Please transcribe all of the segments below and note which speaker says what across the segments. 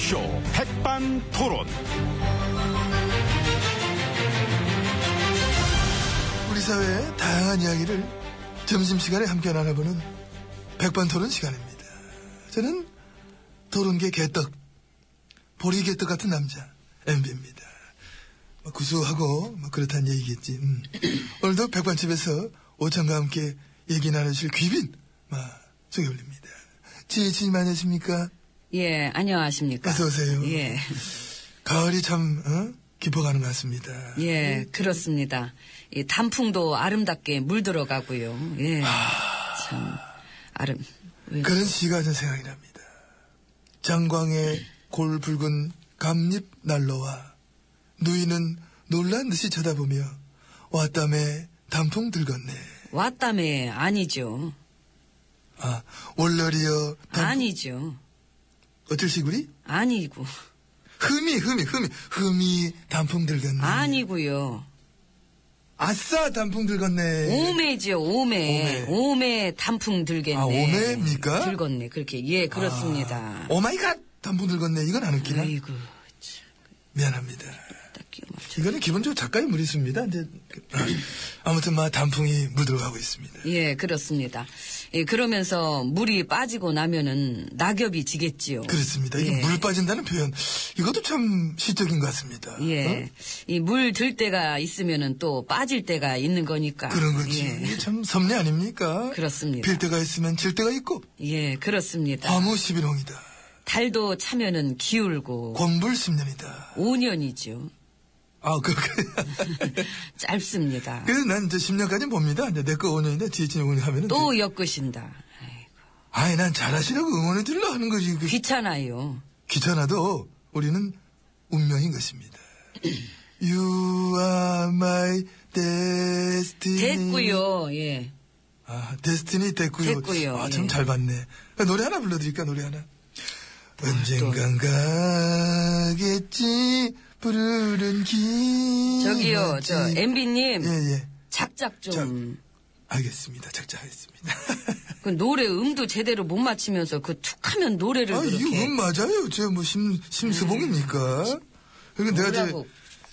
Speaker 1: 쇼 백반토론.
Speaker 2: 우리 사회의 다양한 이야기를 점심시간에 함께 나눠보는 백반토론 시간입니다. 저는 토론계 개떡, 보리 개떡 같은 남자 MB입니다. 구수하고 뭐 그렇다는 얘기겠지. 음. 오늘도 백반집에서 오찬과 함께 얘기 나누실 귀빈 마, 소개 올립니다. 지혜진님 안녕하십니까?
Speaker 3: 예, 안녕하십니까.
Speaker 2: 어서 오세요.
Speaker 3: 예,
Speaker 2: 가을이 참 어? 깊어가는 것 같습니다.
Speaker 3: 예, 그렇습니다. 이 단풍도 아름답게 물들어가고요. 예.
Speaker 2: 아.
Speaker 3: 참, 아름, 예. 왜,
Speaker 2: 그런 시가 전 생각이 납니다. 장광의 골 붉은 감잎 난로와 누이는 놀란 듯이 쳐다보며 왔다매 단풍 들겄네.
Speaker 3: 왔다매, 아니죠.
Speaker 2: 아, 월러리여 단풍.
Speaker 3: 아니죠.
Speaker 2: 어쩔 시구리?
Speaker 3: 아니고,
Speaker 2: 음. 흠이, 흠이, 흠이, 흠이 단풍 들겄네.
Speaker 3: 아니고요.
Speaker 2: 싸 단풍 들겄네. 아,
Speaker 3: 오매죠, 오매.
Speaker 2: 예. 오매.
Speaker 3: 오매 단풍 들겠네.
Speaker 2: 아, 오매입니까?
Speaker 3: 들겠네, 그렇게. 예, 그렇습니다.
Speaker 2: 아, 오마이갓! 단풍 들겄네. 이건 안 웃기나?
Speaker 3: 아이고, 참,
Speaker 2: 미안합니다.
Speaker 3: 딱 끼워 맞춰.
Speaker 2: 이거는 기본적으로 작가의 무리수입니다. 근데, 아, 아무튼, 마, 단풍이 물들어가고 있습니다.
Speaker 3: 예, 그렇습니다. 예, 그러면서 물이 빠지고 나면은 낙엽이 지겠지요.
Speaker 2: 그렇습니다. 이게
Speaker 3: 예.
Speaker 2: 물 빠진다는 표현, 이것도 참 시적인 것 같습니다.
Speaker 3: 예.
Speaker 2: 어?
Speaker 3: 이 물 들 때가 있으면은 또 빠질 때가 있는 거니까.
Speaker 2: 어? 그런 거지.
Speaker 3: 예.
Speaker 2: 이게 참 섭리 아닙니까?
Speaker 3: 그렇습니다.
Speaker 2: 빌 때가 있으면 질 때가 있고,
Speaker 3: 예, 그렇습니다.
Speaker 2: 화무 11홍이다.
Speaker 3: 달도 차면은 기울고
Speaker 2: 권불 10년이다.
Speaker 3: 5년이죠.
Speaker 2: 아, 그, 그.
Speaker 3: 짧습니다.
Speaker 2: 그래서 난 이제 10년까지 봅니다. 이제 내거 5년인데 뒤에 진 5년 하면은.
Speaker 3: 또 엮으신다. 아이고,
Speaker 2: 아니, 난 잘하시라고 응원해주려 하는 거지. 그
Speaker 3: 귀찮아요.
Speaker 2: 귀찮아도 우리는 운명인 것입니다. you are my destiny.
Speaker 3: 됐고요. 예.
Speaker 2: 아, 데스티니 됐고요.
Speaker 3: 됐고요,
Speaker 2: 아,
Speaker 3: 예.
Speaker 2: 참 잘 봤네. 노래 하나 불러드릴까, 노래 하나. 언젠간 가겠지, 부르는 길.
Speaker 3: 저기요, 저
Speaker 2: 음, 맞지.
Speaker 3: MB님
Speaker 2: 예, 예.
Speaker 3: 작작 좀.
Speaker 2: 작- 알겠습니다. 작작하겠습니다.
Speaker 3: 그 노래 음도 제대로 못 맞추면서 그 툭하면 노래를
Speaker 2: 아,
Speaker 3: 그렇게.
Speaker 2: 이거 음 맞아요. 저 뭐, 심, 심수봉입니까? 그리고 내가
Speaker 3: 뭐라고.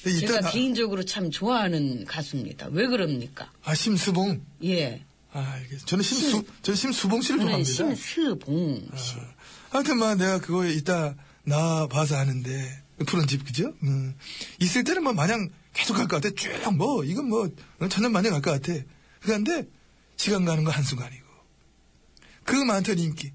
Speaker 2: 이제, 이따
Speaker 3: 제가
Speaker 2: 나,
Speaker 3: 개인적으로 참 좋아하는 가수입니다. 왜 그럽니까?
Speaker 2: 아, 심수봉.
Speaker 3: 예.
Speaker 2: 아, 알겠습니다. 저는 심수, 저는 심수봉 씨를
Speaker 3: 저는
Speaker 2: 좋아합니다.
Speaker 3: 네, 심스봉 씨.
Speaker 2: 아, 하여튼, 뭐, 내가 그거 이따 나 봐서 아는데, 푸른 집, 그죠? 음. 있을 때는 뭐, 마냥 계속 갈 것 같아. 쭉 뭐, 이건 뭐, 천년 만에 갈 것 같아. 그런데, 시간 가는 거 한순간이고. 그 많던 인기.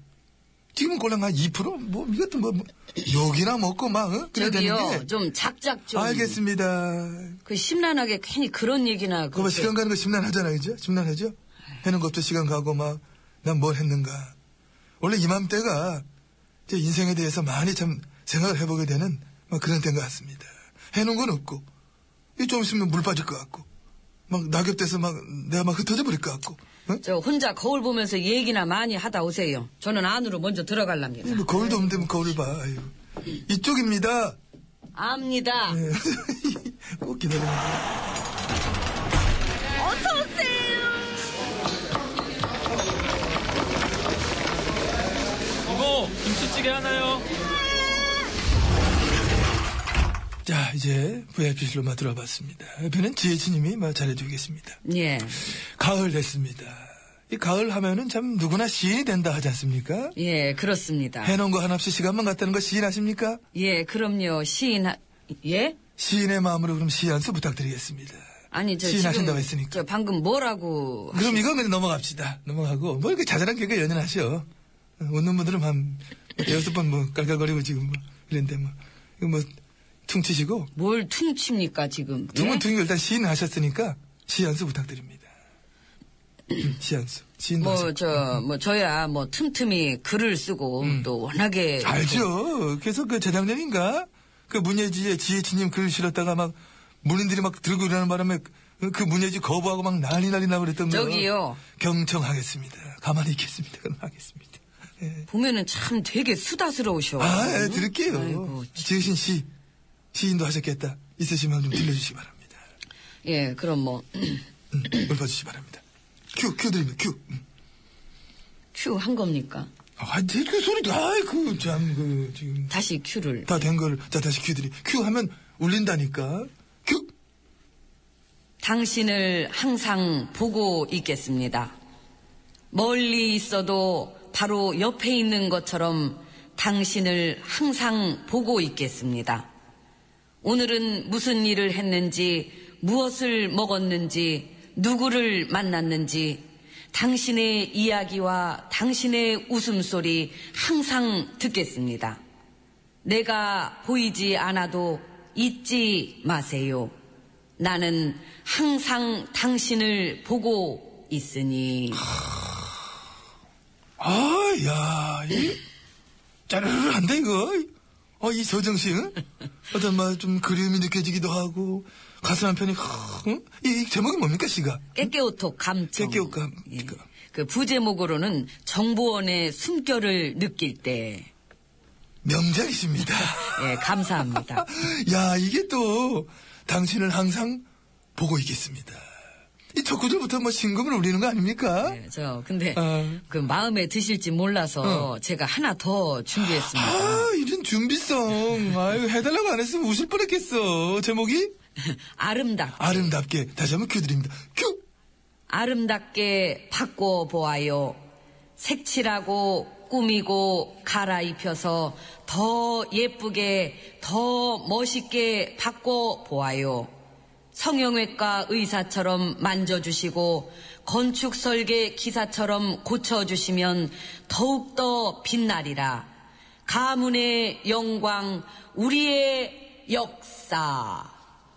Speaker 2: 지금은 꼴랑 한 2%? 뭐, 이것도 뭐, 뭐 욕이나 먹고 막, 어? 그래야
Speaker 3: 저기요,
Speaker 2: 되는데.
Speaker 3: 좀 작작 좀.
Speaker 2: 알겠습니다.
Speaker 3: 그 심란하게 괜히 그런 얘기나.
Speaker 2: 그거 봐,
Speaker 3: 그렇게-
Speaker 2: 시간 가는 거 심란하잖아요, 그죠? 심란하죠? 해는 것도 시간 가고 막, 난 뭘 했는가. 원래 이맘때가 제 인생에 대해서 많이 참 생각을 해보게 되는 막 그런 때인 것 같습니다. 해놓은 건 없고, 이 좀 있으면 물 빠질 것 같고, 막 낙엽돼서 막 내가 막 흩어져 버릴 것 같고, 응?
Speaker 3: 저 혼자 거울 보면서 얘기나 많이 하다 오세요. 저는 안으로 먼저 들어갈랍니다.
Speaker 2: 뭐 거울도 없는데 뭐 거울을 봐. 아이고. 이쪽입니다.
Speaker 3: 압니다.
Speaker 2: 예. 꼭 기다리는 거
Speaker 4: 이모 김치찌개 하나요.
Speaker 2: 자, 이제 VIP실로 막 들어봤습니다. 옆에는 지혜진님이 막 잘해주고 계십니다.
Speaker 3: 예.
Speaker 2: 가을 됐습니다. 이 가을 하면은 참 누구나 시인이 된다 하지 않습니까?
Speaker 3: 예, 그렇습니다.
Speaker 2: 해놓은 거 하나 없이 시간만 갔다는 거 시인 아십니까?
Speaker 3: 예, 그럼요. 시인, 하... 예?
Speaker 2: 시인의 마음으로 그럼 시 연수 부탁드리겠습니다.
Speaker 3: 아니, 저
Speaker 2: 시인
Speaker 3: 지금.
Speaker 2: 하신다고 했으니까. 네.
Speaker 3: 저 방금 뭐라고.
Speaker 2: 그럼 이거 그냥 넘어갑시다. 넘어가고 뭐 이렇게 자잘한 개그 연연하셔. 어, 웃는 분들은 한 여섯 번 뭐 깔깔거리고 지금 뭐 이런데 뭐 이거 뭐 퉁치시고
Speaker 3: 뭘 퉁칩니까, 지금?
Speaker 2: 두
Speaker 3: 예?
Speaker 2: 분 퉁이고 일단 시인 하셨으니까 시 연수 부탁드립니다. 음, 시 연수. 시인
Speaker 3: 뭐, 저, 뭐, 저야, 뭐, 틈틈이 글을 쓰고,
Speaker 2: 음.
Speaker 3: 또, 워낙에.
Speaker 2: 알죠. 그래서 그 재작년인가 그 문예지에 지혜진님 글 실었다가 막 문인들이 막 들고 일하는 바람에 그- 그 문예지 거부하고 막 난리 난리 나고 그랬던 거.
Speaker 3: 저기요.
Speaker 2: 경청하겠습니다. 가만히 있겠습니다. 그럼 하겠습니다. 예.
Speaker 3: 보면은 참 되게 수다스러우셔.
Speaker 2: 아, 예,
Speaker 3: 응?
Speaker 2: 들을게요.
Speaker 3: 아이고,
Speaker 2: 지혜신 씨 시인도 하셨겠다. 있으시면 좀 들려주시기 바랍니다.
Speaker 3: 예, 그럼 뭐,
Speaker 2: 음, 읊어주시기 바랍니다. 큐, 큐 드립니다. 큐. 음.
Speaker 3: 큐 한 겁니까?
Speaker 2: 아, 대그 소리, 아이, 그, 참, 그, 지금.
Speaker 3: 다시 큐를.
Speaker 2: 다 된 걸, 자, 다시 큐들이. 큐 하면 울린다니까. 큐!
Speaker 3: 당신을 항상 보고 있겠습니다. 멀리 있어도 바로 옆에 있는 것처럼 당신을 항상 보고 있겠습니다. 오늘은 무슨 일을 했는지, 무엇을 먹었는지, 누구를 만났는지, 당신의 이야기와 당신의 웃음소리 항상 듣겠습니다. 내가 보이지 않아도 잊지 마세요. 나는 항상 당신을 보고 있으니.
Speaker 2: 아, 야, 이, 짜르르 한다, 이거. 어, 이 서정씨, 응? 어떤, 막, 좀 그리움이 느껴지기도 하고, 가슴 한편이, 확, 응? 이, 이 제목이 뭡니까, 씨가?
Speaker 3: 깨깨오톡 감청.
Speaker 2: 깨깨오 감-
Speaker 3: 예.
Speaker 2: 그-
Speaker 3: 그 부제목으로는 정보원의 숨결을 느낄 때.
Speaker 2: 명작이십니다.
Speaker 3: 예, 감사합니다.
Speaker 2: 야, 이게 또, 당신을 항상 보고 있겠습니다. 이 첫 구절부터 뭐, 신금을 울리는 거 아닙니까?
Speaker 3: 예, 저 근데
Speaker 2: 어.
Speaker 3: 그 마음에 드실지 몰라서 제가 하나 더 준비했습니다.
Speaker 2: 아, 이런 준비성. 아유, 해달라고 안 했으면 우실 뻔 했겠어. 제목이?
Speaker 3: 아름답
Speaker 2: 아름답게. 다시 한번 큐 드립니다. 큐!
Speaker 3: 아름답게 바꿔보아요. 색칠하고 꾸미고 갈아입혀서 더 예쁘게, 더 멋있게 바꿔보아요. 성형외과 의사처럼 만져주시고 건축 설계 기사처럼 고쳐주시면 더욱더 빛나리라. 가문의 영광, 우리의 역사.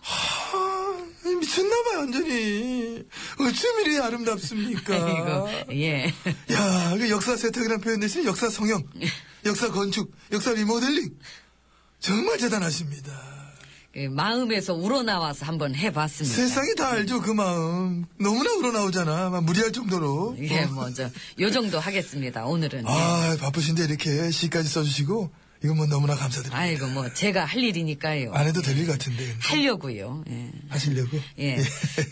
Speaker 2: 아, 미쳤나봐요, 완전히. 어쩜 이리 아름답습니까?
Speaker 3: 이거, 예.
Speaker 2: 야, 그 역사 세탁이라는 표현 대신 역사 성형, 역사 건축, 역사 리모델링. 정말 대단하십니다.
Speaker 3: 예, 마음에서 우러나와서 한번 해봤습니다.
Speaker 2: 세상이 다 알죠, 그 마음. 너무나 우러나오잖아. 막 무리할 정도로.
Speaker 3: 예,
Speaker 2: 어.
Speaker 3: 먼저 요 정도 하겠습니다. 오늘은. 예.
Speaker 2: 아, 바쁘신데 이렇게 시까지 써주시고, 이건 뭐 너무나 감사드립니다.
Speaker 3: 이고뭐 제가 할 일이니까요.
Speaker 2: 안 해도 될 일 같은데.
Speaker 3: 하려고요. 예.
Speaker 2: 하시려고?
Speaker 3: 예.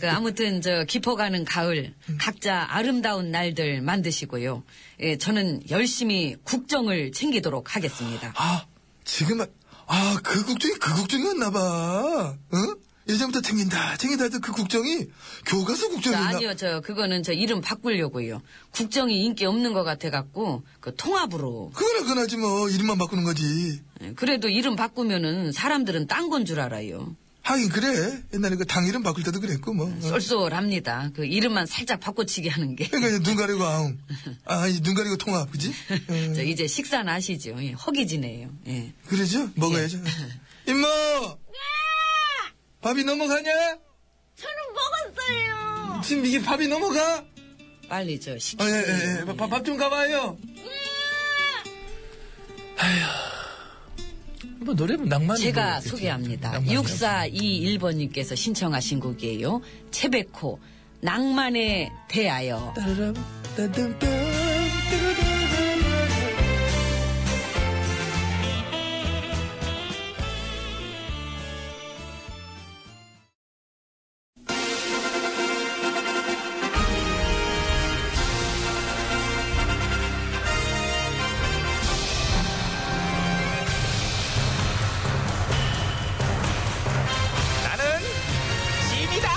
Speaker 3: 그 아무튼 저 깊어가는 가을 각자 아름다운 날들 만드시고요. 예, 저는 열심히 국정을 챙기도록 하겠습니다.
Speaker 2: 아, 지금, 아- 아, 그 국정이 그 국정이었나봐. 응? 예전부터 챙긴다, 챙긴다 하던 그 국정이 교과서
Speaker 3: 저
Speaker 2: 국정이었나?
Speaker 3: 아니요, 저 그거는 저 이름 바꾸려고요. 국정이 인기 없는 것 같아 갖고 그 통합으로
Speaker 2: 그거나 그거나지 뭐, 이름만 바꾸는 거지.
Speaker 3: 예, 그래도 이름 바꾸면은 사람들은 딴 건 줄 알아요.
Speaker 2: 하긴 그래. 옛날에 그 당 이름 바꿀 때도 그랬고 뭐.
Speaker 3: 음,
Speaker 2: 어.
Speaker 3: 쏠쏠합니다. 그 이름만 살짝 바꿔치기 하는 게.
Speaker 2: 그러니까 이제 눈 가리고 아웅. 아, 이제 눈 가리고 통합, 그지? 어,
Speaker 3: 저 이제 식사는 아시죠? 예, 허기지네요. 예.
Speaker 2: 그러죠? 먹어야죠. 임모! 밥이 넘어가냐?
Speaker 4: 저는 먹었어요.
Speaker 2: 지금 이게 밥이 넘어가?
Speaker 3: 빨리 저
Speaker 2: 아, 예,
Speaker 3: 시키세요.
Speaker 2: 예, 예. 밥 좀 가봐요. 아휴. 뭐 노래 낭만
Speaker 3: 제가 소개합니다. 6421번님께서 신청하신 곡이에요. 채베코, 낭만에 대하여.
Speaker 2: 따라람, 따듬, 따
Speaker 1: 나는 짐이다.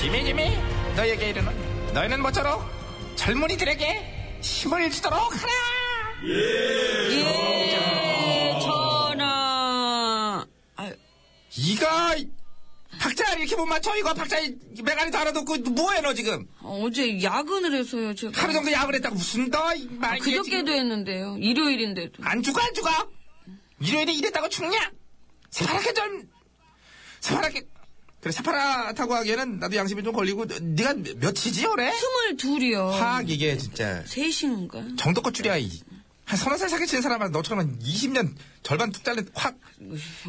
Speaker 1: 짐이 짐이 너에게 이르는 너희는 모쪼록 젊은이들에게 힘을 주도록 하라.
Speaker 3: 예, 전하. 아,
Speaker 1: 이거 박자 이렇게 못 맞춰 이거 박자 메가리 달아놓고 뭐해 너 지금
Speaker 3: 어제 야근을 해서요, 제가.
Speaker 1: 하루 정도 야근했다고 무슨 너말
Speaker 3: 아, 그저께도 했는데요. 일요일인데도.
Speaker 2: 아.
Speaker 1: 안 죽어 안 죽어 일요일에 일했다고 죽냐 새파랗게 좀 새파랗게 그래 새파랗다고 하기에는 나도 양심이 좀 걸리고 너- 네가 몇- 몇이지 올해
Speaker 3: 스물둘이요.
Speaker 1: 화학 이게 진짜
Speaker 3: 셋인가?
Speaker 1: 정도껏 줄이야 이. 한 서너 살 사기 치는 사람은 너처럼 20년 절반 툭 잘린 확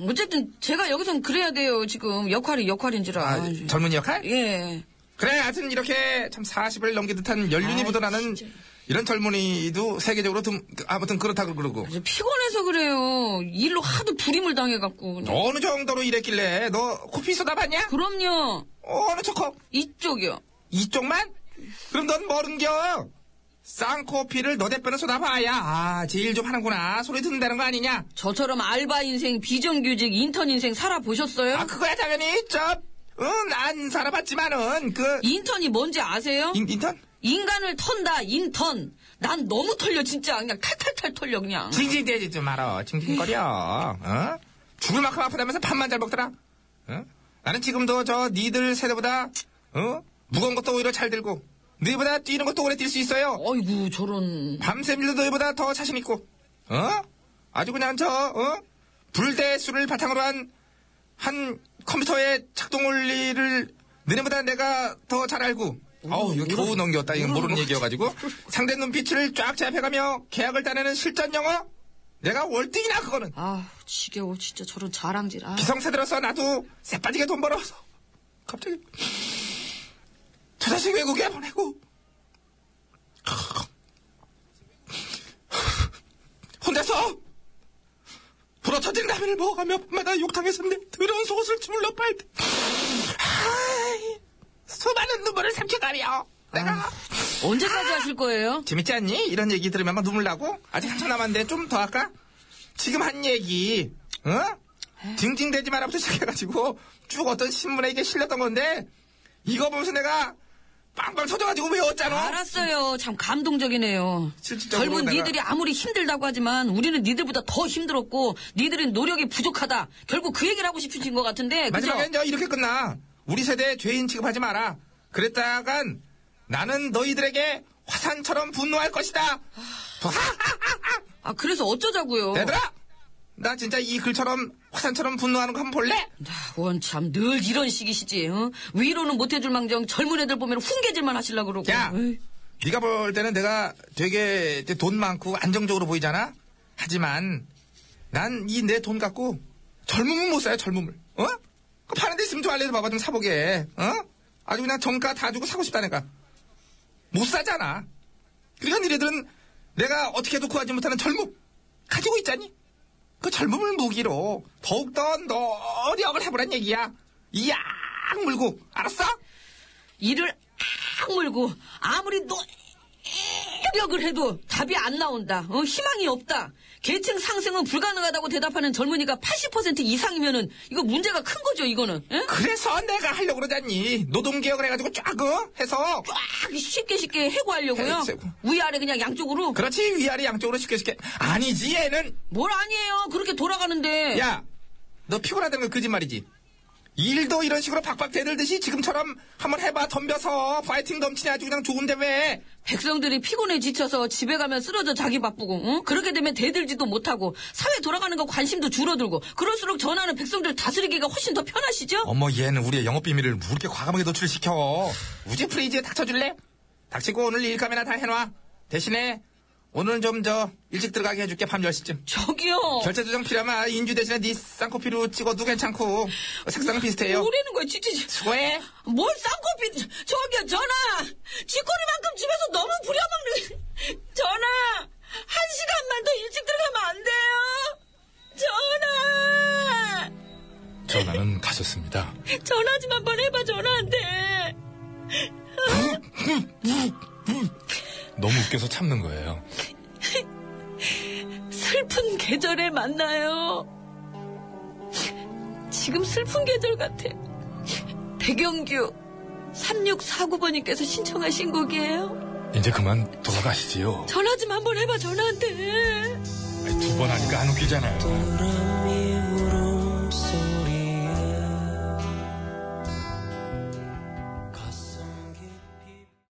Speaker 3: 어쨌든 제가 여기선 그래야 돼요, 지금. 역할이 역할인지라.
Speaker 1: 아, 젊은이 역할?
Speaker 3: 예.
Speaker 1: 그래, 하여튼 이렇게 참 40을 넘긴 듯한 연륜이
Speaker 3: 아이,
Speaker 1: 묻어나는
Speaker 3: 진짜.
Speaker 2: 이런 젊은이도 세계적으로 좀 아무튼 그렇다 그러고
Speaker 3: 아주 피곤해서 그래요. 일로 하도 불임을 당해갖고. 그냥.
Speaker 2: 어느 정도로 일했길래 너 코피 쏟아봤냐?
Speaker 3: 그럼요.
Speaker 2: 어느 초컵?
Speaker 3: 이쪽이요.
Speaker 2: 이쪽만? 그럼 넌 모른겨. 쌍코피를 너 대표는 쏟아봐야 아 제일 좀 하는구나 소리 듣는다는 거 아니냐?
Speaker 3: 저처럼 알바 인생, 비정규직, 인턴 인생 살아보셨어요?
Speaker 2: 아 그거야 당연히 저응안 살아봤지만은 그
Speaker 3: 인턴이 뭔지 아세요?
Speaker 2: 인, 인턴?
Speaker 3: 인간을 턴다, 인턴. 난 너무 털려, 진짜. 그냥 탈탈탈 털려, 그냥.
Speaker 2: 징징대지 좀 말어. 징징거려. 어? 죽을 만큼 아프다면서 밥만 잘 먹더라. 어? 나는 지금도 저 니들 세대보다 어? 무거운 것도 오히려 잘 들고 너희보다 뛰는 것도 오래 뛸 수 있어요.
Speaker 3: 아이고, 저런.
Speaker 2: 밤샘 일도 너희보다 더 자신 있고. 어? 아주 그냥 저 어? 불대수를 바탕으로 한 한 컴퓨터의 작동 원리를 너네보다 내가 더 잘 알고 아우 이거 겨우 넘겼다 이거 모르는 얘기여가지고 상대 눈빛을 쫙 제압해가며 계약을 따내는 실전 영어 내가 월등이나 그거는
Speaker 3: 아, 지겨워. 진짜 저런 자랑질. 아.
Speaker 2: 기성세 들어서 나도 새빠지게 돈 벌어서 갑자기 저 자식 외국에 보내고 혼자서 부러터진 라면을 먹어가며 밤마다 욕탕에서는 더러운 속옷을 주물러 빨대 아이, 수많은 눈물을 삼켜가며 내가
Speaker 3: 언제까지 하실 거예요?
Speaker 2: 재밌지 않니? 이런 얘기 들으면 막 눈물 나고 아직 한참 남았는데 좀 더 할까? 지금 한 얘기 어? 징징대지 마라부터 시작해가지고 쭉 어떤 신문에 이게 실렸던 건데 이거 보면서 내가 빵빵 터져가지고 외웠잖아
Speaker 3: 알았어요. 참 감동적이네요.
Speaker 2: 실질적으로
Speaker 3: 젊은
Speaker 2: 내가-
Speaker 3: 니들이 아무리 힘들다고 하지만 우리는 니들보다 더 힘들었고 니들은 노력이 부족하다. 결국 그 얘기를 하고 싶으신 것 같은데 그죠?
Speaker 2: 마지막엔 저 이렇게 끝나 우리 세대 죄인 취급하지 마라 그랬다간 나는 너희들에게 화산처럼 분노할 것이다
Speaker 3: 아 그래서 어쩌자고요.
Speaker 2: 얘들아 나 진짜 이 글처럼 화산처럼 분노하는 거 한번 볼래?
Speaker 3: 원참 늘 이런 식이시지. 어? 위로는 못해줄 망정 젊은 애들 보면 훈계질만 하시려고 그러고.
Speaker 2: 야,
Speaker 3: 에이,
Speaker 2: 네가 볼 때는 내가 되게 이제 돈 많고 안정적으로 보이잖아. 하지만 난 이 내 돈 갖고 젊음은 못 사요. 젊음을. 어? 그 파는 데 있으면 좀 알려줘 봐봐 좀 사보게. 어? 아주 그냥 정가 다 주고 사고 싶다니까. 못 사잖아. 그러니까 니네들은 내가 어떻게도 구하지 못하는 젊음 가지고 있잖니. 그 젊음을 무기로 더욱더 노력을 해보란 얘기야. 이악 물고 알았어?
Speaker 3: 이를 악물고 아무리 노력을 해도 답이 안 나온다. 어, 희망이 없다. 계층 상승은 불가능하다고 대답하는 젊은이가 80% 이상이면은 이거 문제가 큰 거죠. 이거는 예?
Speaker 2: 그래서 내가 하려고 그러잖니. 노동개혁을 해가지고 쫙, 어? 해서.
Speaker 3: 꽉 쉽게 쉽게 해고하려고요.
Speaker 2: 해고.
Speaker 3: 위아래 그냥 양쪽으로.
Speaker 2: 그렇지, 위아래 양쪽으로 쉽게 쉽게. 아니지, 얘는.
Speaker 3: 뭘 아니에요. 그렇게 돌아가는데.
Speaker 2: 야, 너 피곤하다는 건 거짓말이지. 일도 이런 식으로 박박 대들듯이 지금처럼 한번 해봐, 덤벼서. 파이팅 넘치네, 아주 그냥 좋은 대회.
Speaker 3: 백성들이 피곤해 지쳐서 집에 가면 쓰러져 자기 바쁘고 응? 그렇게 되면 대들지도 못하고 사회 돌아가는 거 관심도 줄어들고 그럴수록 전하는 백성들 다스리기가 훨씬 더 편하시죠?
Speaker 2: 어머, 얘는 우리의 영업 비밀을 뭐 이렇게 과감하게 노출시켜. 우지 프리즈에 닥쳐줄래? 닥치고 오늘 일감이나 다 해놔. 대신에, 오늘 좀 저, 일찍 들어가게 해줄게, 밤 10시쯤.
Speaker 3: 저기요
Speaker 2: 결제 조정 필요하면 아, 인주 대신에 네 쌍코피로 찍어도 괜찮고 색상 비슷해요.
Speaker 3: 뭐라는 거야 진짜 지-
Speaker 2: 수고해.
Speaker 3: 뭘 쌍코피 저기요 전하 쥐꼬리만큼 집에서 너무 부려먹는 전하 한 시간만 더 일찍 들어가면 안 돼요 전하
Speaker 2: 전화는 가셨습니다.
Speaker 3: 전화 좀 한번 해봐 전화한테
Speaker 2: 너무 웃겨서 참는 거예요.
Speaker 3: 슬픈 계절에 만나요. 지금 슬픈 계절 같아. 백영규 3649번님께서 신청하신 곡이에요.
Speaker 2: 이제 그만 돌아가시지요.
Speaker 3: 전화 좀 한번 해봐 전화한테.
Speaker 2: 두 번 하니까 안 웃기잖아요.
Speaker 5: 돌아와